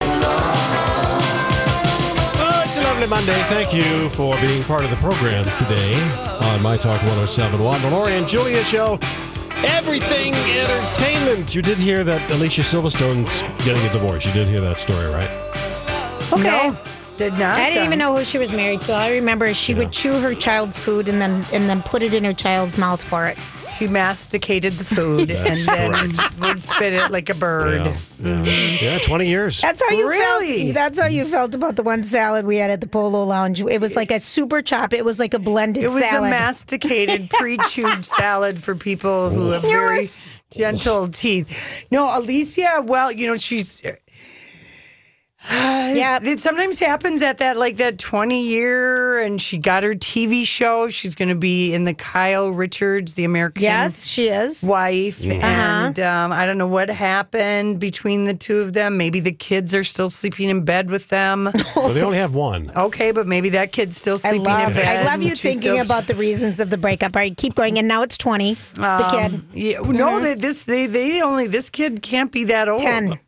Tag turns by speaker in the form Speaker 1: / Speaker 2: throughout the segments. Speaker 1: Oh, it's a lovely Monday. Thank you for being part of the program today on My Talk 1071. The Lori and Julia Show. Everything entertainment. You did hear that Alicia Silverstone's getting a divorce. You did hear that story, right?
Speaker 2: Okay.
Speaker 3: Did not.
Speaker 2: I didn't even
Speaker 3: um,
Speaker 2: know who she was married to. All I remember is she would chew her child's food and then and then put it in her child's mouth for it.
Speaker 3: He masticated the food and
Speaker 1: That's
Speaker 3: then would spit it like a bird.
Speaker 1: Yeah, yeah. Yeah, 20 years.
Speaker 2: That's how you
Speaker 3: Really?
Speaker 2: felt. That's how you felt about the one salad we had at the Polo Lounge. It was like a super chop. It was like a blended
Speaker 3: It was
Speaker 2: salad.
Speaker 3: a masticated, pre-chewed salad for people who have very gentle teeth. No, Alicia. Well, you know she's.
Speaker 2: Uh, Yep.
Speaker 3: It sometimes happens at that like that twenty year, and she got her TV show. She's going to be in the Kyle Richards, the American
Speaker 2: Yes, Uh-huh. she is.
Speaker 3: wife and um, i don't know what happened between the two of them maybe the kids are still sleeping in bed with them
Speaker 1: Well, they only have one.
Speaker 3: okay but maybe that kid's still
Speaker 2: I
Speaker 3: sleeping
Speaker 2: love.
Speaker 3: in
Speaker 2: I
Speaker 3: bed
Speaker 2: love you
Speaker 3: She's
Speaker 2: thinking
Speaker 3: still-
Speaker 2: about the reasons of the breakup. All right, keep going. And now it's twenty. the kid,
Speaker 3: yeah, no they, this they they only this kid can't be that old
Speaker 2: Mm-hmm. ten.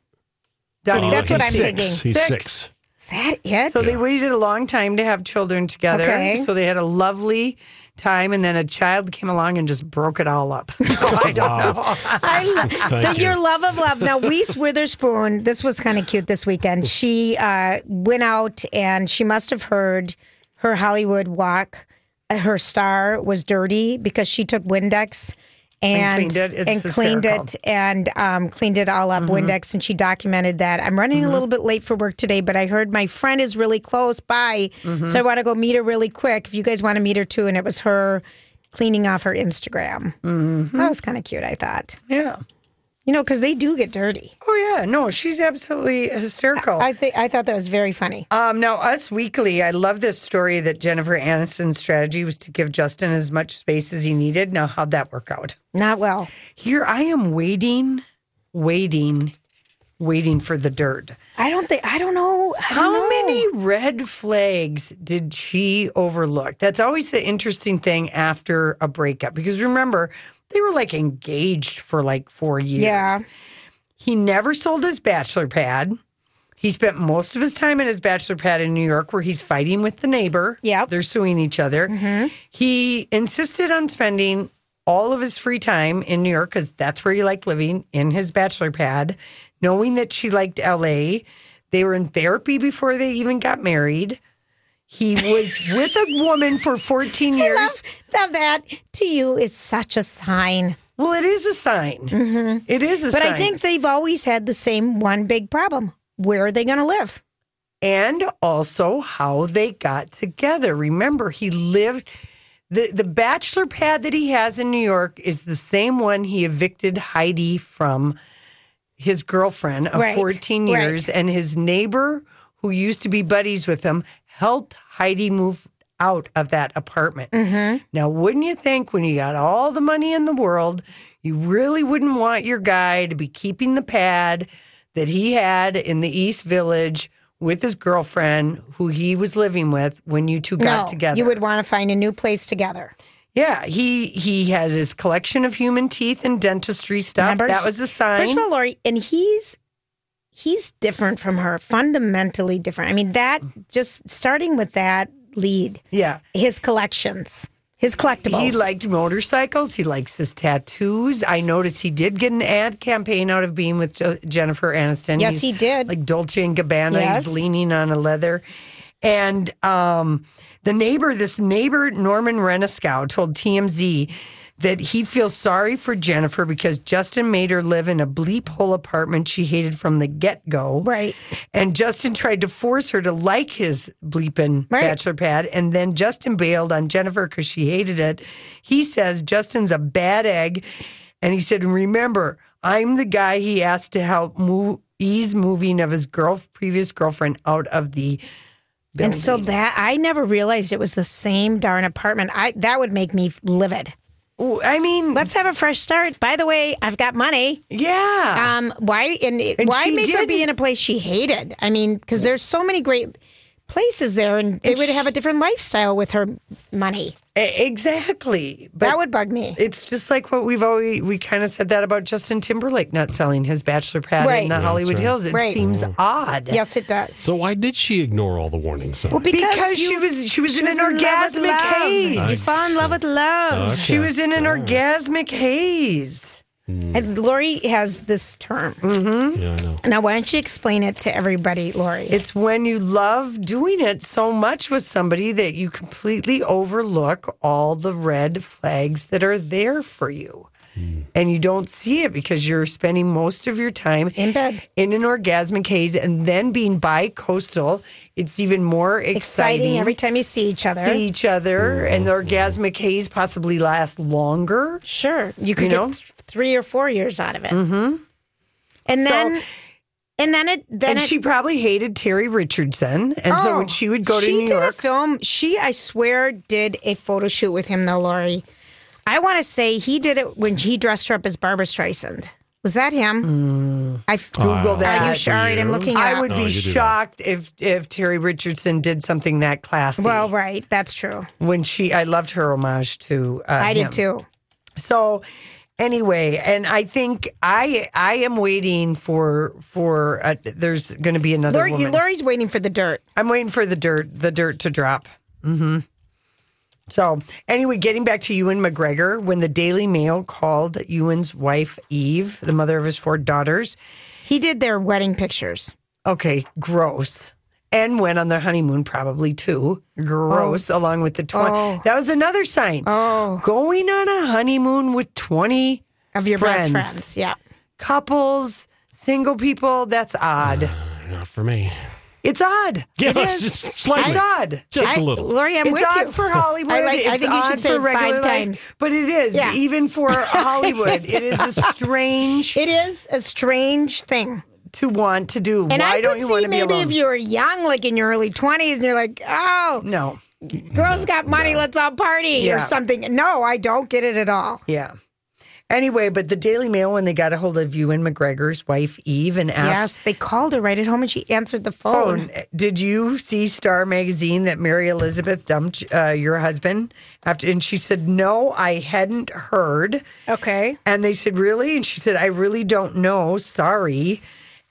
Speaker 3: Donnie,
Speaker 2: That's
Speaker 1: he's
Speaker 2: what I'm
Speaker 1: six.
Speaker 2: thinking.
Speaker 1: He's
Speaker 3: Six.
Speaker 1: six.
Speaker 2: Is that it?
Speaker 3: so they waited a long time to have children together
Speaker 2: Okay.
Speaker 3: so they had a lovely time and then a child came along and just broke it all up i don't know
Speaker 2: I
Speaker 1: Thank
Speaker 2: love
Speaker 1: you.
Speaker 2: your love of love. Now, Reese Witherspoon, this was kind of cute this weekend. She uh, went out and she must have heard her Hollywood walk. uh, Her star was dirty because she took Windex and,
Speaker 3: And cleaned it. It's
Speaker 2: and cleaned it
Speaker 3: hysterical. Mm-hmm.
Speaker 2: and um, cleaned it all up Windex and she documented that. I'm running a little bit late for work today, but I heard my friend is really close by, so
Speaker 3: Mm-hmm.
Speaker 2: I want to go meet her really quick. If you guys want to meet her too, and it was her cleaning off her Instagram.
Speaker 3: Mm-hmm.
Speaker 2: That was kind of cute, I thought.
Speaker 3: yeah
Speaker 2: You know, because they do get dirty.
Speaker 3: oh yeah no she's absolutely hysterical
Speaker 2: I think I thought that was very funny.
Speaker 3: Um, now, Us Weekly, I love this story that Jennifer Aniston's strategy was to give Justin as much space as he needed. Now, how'd that work out?
Speaker 2: Not well.
Speaker 3: Here I am waiting, waiting, waiting for the dirt.
Speaker 2: I don't think I don't know. I don't
Speaker 3: How
Speaker 2: know.
Speaker 3: many red flags did she overlook? That's always the interesting thing after a breakup because remember, they were like engaged for like four years.
Speaker 2: Yeah.
Speaker 3: He never sold his bachelor pad. He spent most of his time in his bachelor pad in New York where he's fighting with the neighbor.
Speaker 2: Yep. Mm-hmm.
Speaker 3: They're suing each other. He insisted on spending all of his free time in New York because that's where he liked living in his bachelor pad, knowing that she liked LA. They were in therapy before they even got married. He was with a woman for 14 years.
Speaker 2: Love- Now that to you is such a sign.
Speaker 3: well, it is a sign. It is
Speaker 2: Mm-hmm.
Speaker 3: a
Speaker 2: But
Speaker 3: sign.
Speaker 2: I think they've always had the same one big problem. Where are they going to live?
Speaker 3: and also how they got together. Remember, he lived the the bachelor pad that he has in New York is the same one he evicted Heidi from his girlfriend of
Speaker 2: Right,
Speaker 3: 14 years and his neighbor who used to be buddies with him helped Heidi move out of that
Speaker 2: Mm-hmm.
Speaker 3: apartment. Now, wouldn't you think when you got all the money in the world, you really wouldn't want your guy to be keeping the pad that he had in the East Village with his girlfriend who he was living with when you two got
Speaker 2: no,
Speaker 3: together?
Speaker 2: you would want to find a new place together.
Speaker 3: Yeah, he he had his collection of human teeth and dentistry stuff.
Speaker 2: Remember?
Speaker 3: That was a sign.
Speaker 2: First of all, Lori, and he's he's different from her, fundamentally different. I mean, that just starting with that lead,
Speaker 3: yeah.
Speaker 2: his collections, his collectibles.
Speaker 3: He liked motorcycles. He likes his tattoos. I noticed he did get an ad campaign out of being with Jo- Jennifer Aniston.
Speaker 2: Yes, he did.
Speaker 3: Like Dolce and Gabbana.
Speaker 2: Yes.
Speaker 3: He's leaning on a leather. And um, the neighbor, this neighbor, Norman Reniscow, told TMZ that he feels sorry for Jennifer because Justin made her live in a bleep hole apartment she hated from the get go.
Speaker 2: Right.
Speaker 3: And Justin tried to force her to like his bleeping
Speaker 2: Right.
Speaker 3: bachelor pad. And then Justin bailed on Jennifer because she hated it. He says Justin's a bad egg. And he said, Remember, I'm the guy he asked to help move, ease moving of his girl, previous girlfriend out of the.
Speaker 2: and so that I never realized it was the same darn apartment. I that would make me livid.
Speaker 3: Ooh, I mean,
Speaker 2: Let's have a fresh start. By the way, I've got money.
Speaker 3: yeah.
Speaker 2: Um, why and, it-
Speaker 3: And
Speaker 2: why
Speaker 3: she
Speaker 2: make her be
Speaker 3: didn't-
Speaker 2: in a place she hated? I mean, because there's so many great places there, and they would have a different lifestyle with her money.
Speaker 3: E- exactly. But
Speaker 2: Uh, that would bug me.
Speaker 3: it's just like what we've always we kind of said that about Justin Timberlake not selling his bachelor pad
Speaker 2: Right. Mm-hmm.
Speaker 3: in the
Speaker 2: Yeah,
Speaker 3: Hollywood Hills. It
Speaker 2: Right.
Speaker 3: seems odd.
Speaker 2: yes, it does.
Speaker 1: So why did she ignore all the warning signs?
Speaker 3: because, she was she was in an orgasmic haze.
Speaker 2: You fall in love with love.
Speaker 3: She was in
Speaker 1: Oh.
Speaker 3: an orgasmic haze.
Speaker 2: And Lori has this term.
Speaker 3: Mm.
Speaker 1: yeah, I know.
Speaker 2: Now, why don't you explain it to everybody, Lori?
Speaker 3: It's when you love doing it so much with somebody that you completely overlook all the red flags that are there for you. And you don't see it because you're spending most of your time
Speaker 2: In bed.
Speaker 3: in an orgasmic haze and then being bi coastal. It's even more
Speaker 2: exciting.
Speaker 3: exciting.
Speaker 2: every time you see each other.
Speaker 3: see each other, and the orgasmic haze possibly lasts longer.
Speaker 2: sure, you could
Speaker 3: You know?
Speaker 2: get th- three or four years out of it. Mm-hmm. And
Speaker 3: So-
Speaker 2: then, and then it, then
Speaker 3: and
Speaker 2: it,
Speaker 3: she probably hated Terry Richardson. And so when
Speaker 2: Oh,
Speaker 3: she would go to New
Speaker 2: did a
Speaker 3: York,
Speaker 2: film. She, I swear, did a photo shoot with him. though, Lori, I want to say he did it when he dressed her up as Barbara Streisand. Was that him? I
Speaker 3: Google Mm. that.
Speaker 2: Are you sure? All right, I'm looking. It
Speaker 3: I
Speaker 2: up.
Speaker 3: would
Speaker 1: No,
Speaker 3: be
Speaker 1: you do that.
Speaker 3: shocked if if Terry Richardson did something that classy.
Speaker 2: Well, right, that's true.
Speaker 3: when she, I loved her homage to. Uh,
Speaker 2: I
Speaker 3: him.
Speaker 2: did too.
Speaker 3: So anyway, and I think I I am waiting for for uh, there's going to be another
Speaker 2: Lori,
Speaker 3: woman.
Speaker 2: Lori's waiting for the dirt.
Speaker 3: I'm waiting for the dirt the dirt to drop. Mm-hmm. So anyway, getting back to Ewan McGregor, when the Daily Mail called Ewan's wife Eve, the mother of his four daughters,
Speaker 2: He did their wedding pictures.
Speaker 3: Okay, gross. And went on their honeymoon probably too. Gross, along with the 20.
Speaker 2: Oh.
Speaker 3: That was another sign.
Speaker 2: Oh,
Speaker 3: Going on a honeymoon with 20
Speaker 2: of your best
Speaker 3: Friends.
Speaker 2: friends. Yeah.
Speaker 3: couples, single people, that's odd.
Speaker 1: Not for me.
Speaker 3: It's odd.
Speaker 1: Yeah,
Speaker 3: It is.
Speaker 1: just slightly.
Speaker 3: It's odd.
Speaker 1: Just a
Speaker 2: I-
Speaker 1: little.
Speaker 2: Lori, I'm
Speaker 3: it's
Speaker 2: with
Speaker 3: odd
Speaker 2: you.
Speaker 3: for Hollywood.
Speaker 2: I like-
Speaker 3: it's
Speaker 2: I think you
Speaker 3: odd
Speaker 2: should say
Speaker 3: for
Speaker 2: it
Speaker 3: regular
Speaker 2: five
Speaker 3: life,
Speaker 2: times.
Speaker 3: But it is,
Speaker 2: Yeah.
Speaker 3: even for Hollywood, it is a strange
Speaker 2: It is a strange thing.
Speaker 3: to want to do.
Speaker 2: And
Speaker 3: Why
Speaker 2: I
Speaker 3: don't
Speaker 2: could
Speaker 3: you
Speaker 2: see
Speaker 3: want to be
Speaker 2: maybe
Speaker 3: alone?
Speaker 2: if you were young, like in your early 20s, and you're like, oh,
Speaker 3: no.
Speaker 2: girls got money, let's all party
Speaker 3: Yeah.
Speaker 2: or something. No, I don't get it at all.
Speaker 3: Yeah. Anyway, but the Daily Mail, when they got a hold of Ewan McGregor's wife, Eve, and
Speaker 2: Yes, Oh,
Speaker 3: asked,
Speaker 2: they called her right at home and she answered the phone.
Speaker 3: "Phone, did you see Star Magazine that Mary Elizabeth dumped uh, your husband? After, and she said, no, I hadn't heard.
Speaker 2: Okay.
Speaker 3: And they said, Really? And she said, I really don't know. Sorry.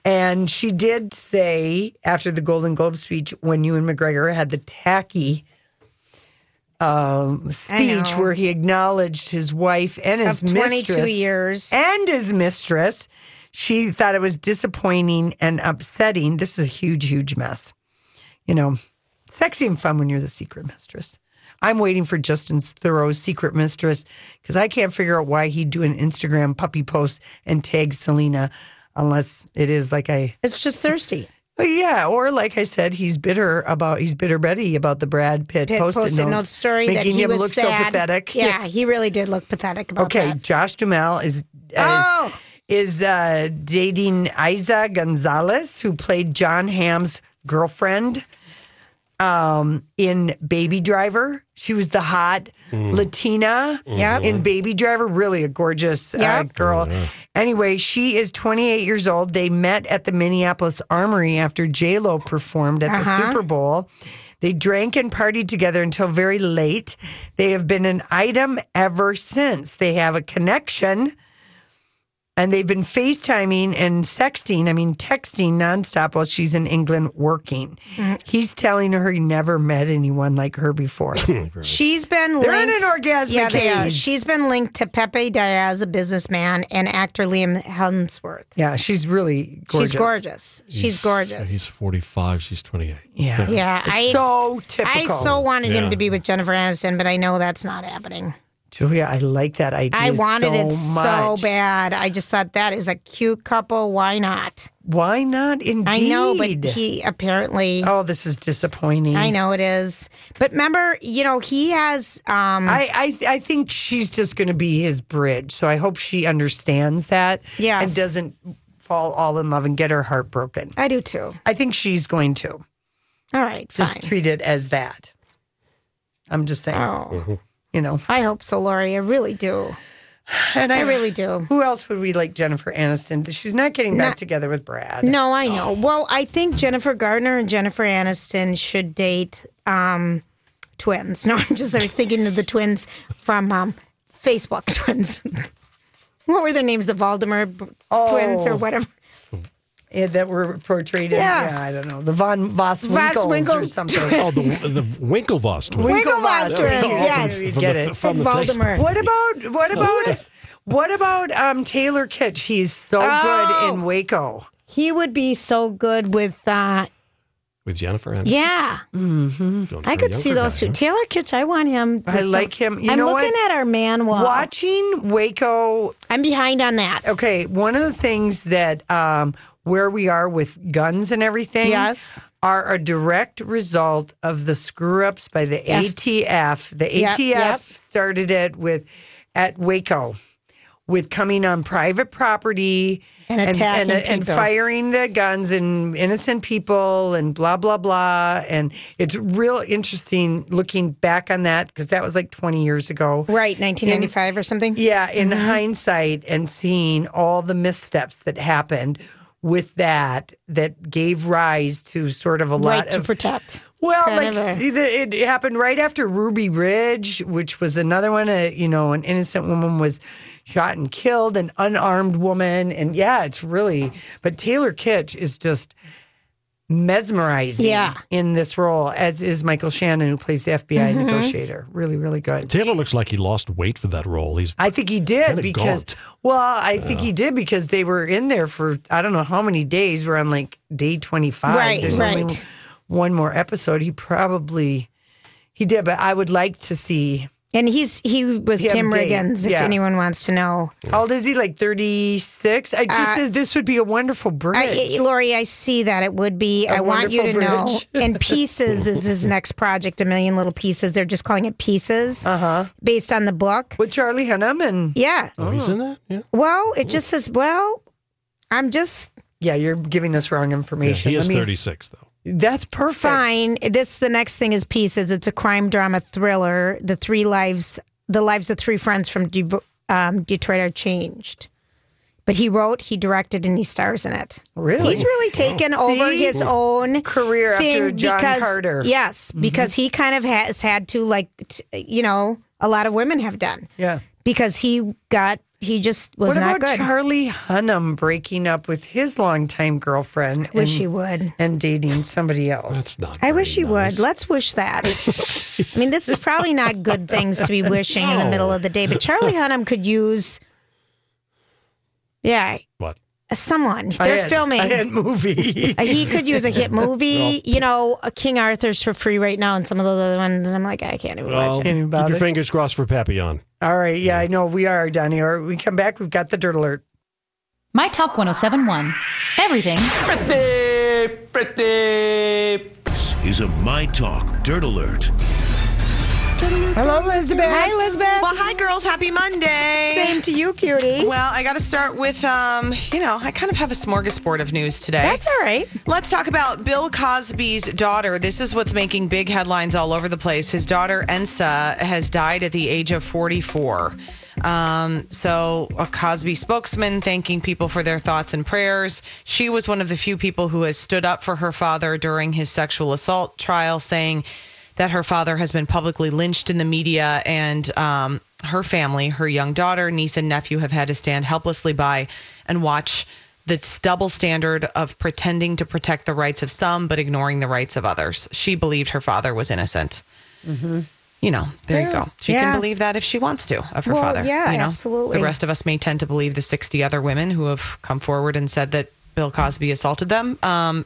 Speaker 3: And she did say after the Golden Globe speech, when Ewan McGregor had the tacky um, speech
Speaker 2: know.
Speaker 3: where he acknowledged his wife and his
Speaker 2: Of 22
Speaker 3: mistress
Speaker 2: years.
Speaker 3: and his mistress, she thought it was disappointing and upsetting. This is a huge, huge mess. You know, sexy and fun when you're the secret mistress. I'm waiting for Justin's thorough secret mistress because I can't figure out why he'd do an Instagram puppy post and tag Selena unless it is like I,
Speaker 2: It's just thirsty.
Speaker 3: Well, yeah, or like I said, he's bitter about, he's bitter Betty about the Brad Pitt,
Speaker 2: Pitt
Speaker 3: post-it,
Speaker 2: posted
Speaker 3: notes,
Speaker 2: note story that
Speaker 3: making
Speaker 2: he
Speaker 3: him
Speaker 2: was
Speaker 3: look
Speaker 2: sad.
Speaker 3: so pathetic.
Speaker 2: Yeah, he really did look pathetic about
Speaker 3: Okay,
Speaker 2: that.
Speaker 3: Josh Duhamel is is,
Speaker 2: Oh.
Speaker 3: is uh, dating Isa Gonzalez, who played John Hamm's girlfriend um, in Baby Driver. She was the hot Latina
Speaker 2: Yep.
Speaker 3: in Baby Driver. Really a gorgeous uh,
Speaker 2: Yep.
Speaker 3: girl. Anyway, she is 28 years old. They met at the Minneapolis Armory after J Lo performed at
Speaker 2: Uh-huh.
Speaker 3: the Super Bowl. They drank and partied together until very late. They have been an item ever since. They have a connection And they've been FaceTiming and sexting, I mean, texting nonstop while she's in England working.
Speaker 2: Mm.
Speaker 3: He's telling her he never met anyone like her before.
Speaker 2: She's been
Speaker 3: They're in
Speaker 2: linked,
Speaker 3: an orgasmic
Speaker 2: Yeah, they are.
Speaker 3: age.
Speaker 2: She's been linked to Pepe Diaz, a businessman, and actor Liam Hemsworth.
Speaker 3: yeah, she's really gorgeous.
Speaker 2: She's gorgeous. She's gorgeous.
Speaker 1: He's 45. She's 28.
Speaker 3: Yeah.
Speaker 2: yeah, I
Speaker 3: It's
Speaker 2: ex-
Speaker 3: so typical.
Speaker 2: I so wanted
Speaker 1: Yeah.
Speaker 2: him to be with Jennifer Aniston, but I know that's not happening.
Speaker 3: Julia, I like that idea.
Speaker 2: I wanted
Speaker 3: so
Speaker 2: it so
Speaker 3: much.
Speaker 2: bad. I just thought that is a cute couple. Why not?
Speaker 3: Why not? Indeed.
Speaker 2: I know, but he apparently.
Speaker 3: Oh, this is disappointing.
Speaker 2: I know it is, but remember, you know, he has. Um,
Speaker 3: I, I, I think she's just going to be his bridge. So I hope she understands that.
Speaker 2: Yes.
Speaker 3: And doesn't fall all in love and get her heart broken.
Speaker 2: I do too.
Speaker 3: I think she's going to.
Speaker 2: All right, fine.
Speaker 3: Just treat it as that. I'm just saying,
Speaker 2: oh,
Speaker 3: you know.
Speaker 2: I hope so, Lori. I really do.
Speaker 3: And
Speaker 2: I really do.
Speaker 3: Who else would we like Jennifer Aniston? She's not getting back together with Brad.
Speaker 2: No, I know. Well, I think Jennifer Gardner and Jennifer Aniston should date um, twins. No, I'm just I was thinking of the twins from um, Facebook twins. what were their names? The Voldemort b- twins or
Speaker 3: Oh.
Speaker 2: whatever.
Speaker 3: Eh, that were portrayed in,
Speaker 2: Yeah.
Speaker 3: yeah. I don't know, the Von Voss Winkles or
Speaker 2: Winkle
Speaker 3: something.
Speaker 1: Oh, the, the Winklevoss twins.
Speaker 2: Winklevoss
Speaker 3: Winklevoss
Speaker 2: twins,
Speaker 3: twins,
Speaker 2: yes.
Speaker 3: you
Speaker 1: From
Speaker 3: get
Speaker 1: the-
Speaker 3: it.
Speaker 1: From the
Speaker 2: Voldemort.
Speaker 1: Facebook.
Speaker 3: What about what about what about um, Taylor Kitsch? He's so
Speaker 2: Oh.
Speaker 3: good in Waco.
Speaker 2: He would be so good with. Uh,
Speaker 1: With Jennifer and
Speaker 2: yeah, I could see those two. Taylor Kitsch, I want him.
Speaker 3: Mm-hmm. I like him. You
Speaker 2: I'm
Speaker 3: know
Speaker 2: looking
Speaker 3: what?
Speaker 2: at our man wall.
Speaker 3: Watching Waco.
Speaker 2: I'm behind on that.
Speaker 3: Okay, one of the things that um, where we are with guns and everything.
Speaker 2: Yes.
Speaker 3: Are a direct result of the screw ups by the
Speaker 2: F.
Speaker 3: ATF. The
Speaker 2: Yep,
Speaker 3: ATF
Speaker 2: yep.
Speaker 3: started it with at Waco with coming on private property
Speaker 2: And attacking
Speaker 3: and, uh, and
Speaker 2: people.
Speaker 3: firing the guns and innocent people and blah blah blah and it's real interesting looking back on that because that was like 20 years ago
Speaker 2: Right, 1995 or something.
Speaker 3: yeah, in
Speaker 2: Mm-hmm.
Speaker 3: hindsight and seeing all the missteps that happened with that that gave rise to sort of a lot
Speaker 2: right to
Speaker 3: of
Speaker 2: protect.
Speaker 3: well,
Speaker 2: kind
Speaker 3: like
Speaker 2: of a-
Speaker 3: see, the- it happened right after Ruby Ridge, which was another one. A, you know, an innocent woman was shot and killed, an unarmed woman, and yeah, it's really. But Taylor Kitsch is just mesmerizing
Speaker 2: Yeah.
Speaker 3: in this role, as is Michael Shannon, who plays the FBI
Speaker 2: Mm-hmm.
Speaker 3: negotiator. Really, really good.
Speaker 1: Taylor looks like he lost weight for that role. He's
Speaker 3: I think he did
Speaker 1: Kinda
Speaker 3: because
Speaker 1: gaunt.
Speaker 3: well, I think he did because they were in there for I don't know how many days. We're on like day twenty five.
Speaker 2: Right,
Speaker 3: There's only
Speaker 2: right.
Speaker 3: one more episode. He probably he did, but I would like to see
Speaker 2: And he's he was
Speaker 3: Him
Speaker 2: Tim
Speaker 3: date,
Speaker 2: Riggins, if
Speaker 3: yeah.
Speaker 2: anyone wants to know.
Speaker 3: how old is he? Like thirty six? I just said this would be a wonderful
Speaker 2: Uh, I,
Speaker 3: bridge.
Speaker 2: I- Lori, I see that it would be. I want you to
Speaker 3: wonderful
Speaker 2: know.
Speaker 3: bridge.
Speaker 2: And Pieces is his next project, A Million Little Pieces. They're just calling it Pieces, uh-huh. based on the book.
Speaker 3: with Charlie Hunnam and
Speaker 2: Yeah.
Speaker 1: oh, he's in that. Yeah,
Speaker 2: Well, it just says. Well, I'm just
Speaker 3: yeah, you're giving us wrong
Speaker 1: yeah
Speaker 3: information.
Speaker 1: he is
Speaker 3: Let me-
Speaker 1: thirty six though.
Speaker 3: That's perfect.
Speaker 2: fine. This the next thing is Pieces. It's a crime drama thriller. The three lives, the lives of three friends from Devo um, Detroit are changed. But he wrote, he directed, and he stars in it.
Speaker 3: Really?
Speaker 2: He's really taken over
Speaker 3: See?
Speaker 2: his own
Speaker 3: Career after
Speaker 2: thing
Speaker 3: John
Speaker 2: because,
Speaker 3: Carter. Mm-hmm.
Speaker 2: Yes, because he kind of has had to, like, t- you know, a lot of women have done
Speaker 3: Yeah.
Speaker 2: because he got he just was
Speaker 3: What
Speaker 2: not good.
Speaker 3: about Charlie Hunnam breaking up with his longtime girlfriend?
Speaker 2: wish
Speaker 3: and-
Speaker 2: he would.
Speaker 3: and dating somebody else.
Speaker 1: That's not.
Speaker 2: I
Speaker 1: very
Speaker 2: wish he
Speaker 1: nice.
Speaker 2: would. Let's wish that. I mean, this is probably not good things to be wishing in the middle of the day, but Charlie Hunnam could use, yeah,
Speaker 1: What?
Speaker 2: someone.
Speaker 3: I
Speaker 2: They're
Speaker 3: had-
Speaker 2: filming.
Speaker 3: I had movie.
Speaker 2: Uh, he could use a hit movie. You know, uh, King Arthur's for free right now, and some of those other ones. And I'm like, I can't even
Speaker 1: Well,
Speaker 2: watch it.
Speaker 3: Any
Speaker 1: keep
Speaker 3: bother?
Speaker 1: your fingers crossed for Papillon.
Speaker 3: All right, yeah, I know we are, Donnie. Or we come back, we've got the dirt alert.
Speaker 4: My Talk 1071. Everything
Speaker 5: pretty, pretty.
Speaker 6: This is a My Talk Dirt Alert.
Speaker 3: Hello, Elizabeth.
Speaker 2: Hi, Elizabeth.
Speaker 7: Well, hi, girls. Happy Monday.
Speaker 2: Same to you, cutie.
Speaker 7: Well, I got to start with, um, you know, I kind of have a smorgasbord of news today.
Speaker 2: That's all right.
Speaker 7: Let's talk about Bill Cosby's daughter. This is what's making big headlines all over the place. His daughter, Ensa, has died at the age of 44. Um, so, a Cosby spokesman thanking people for their thoughts and prayers. She was one of the few people who has stood up for her father during his sexual assault trial, saying that her father has been publicly lynched in the media and um, her family, her young daughter, niece, and nephew have had to stand helplessly by and watch the double standard of pretending to protect the rights of some but ignoring the rights of others. She believed her father was innocent. You know, there you go.
Speaker 2: Mm-hmm.
Speaker 7: She
Speaker 2: Yeah.
Speaker 7: can believe that if she wants to of her
Speaker 2: Well,
Speaker 7: father.
Speaker 2: yeah,
Speaker 7: you know?
Speaker 2: absolutely.
Speaker 7: The rest of us may tend to believe the 60 other women who have come forward and said that Bill Cosby assaulted them. Um,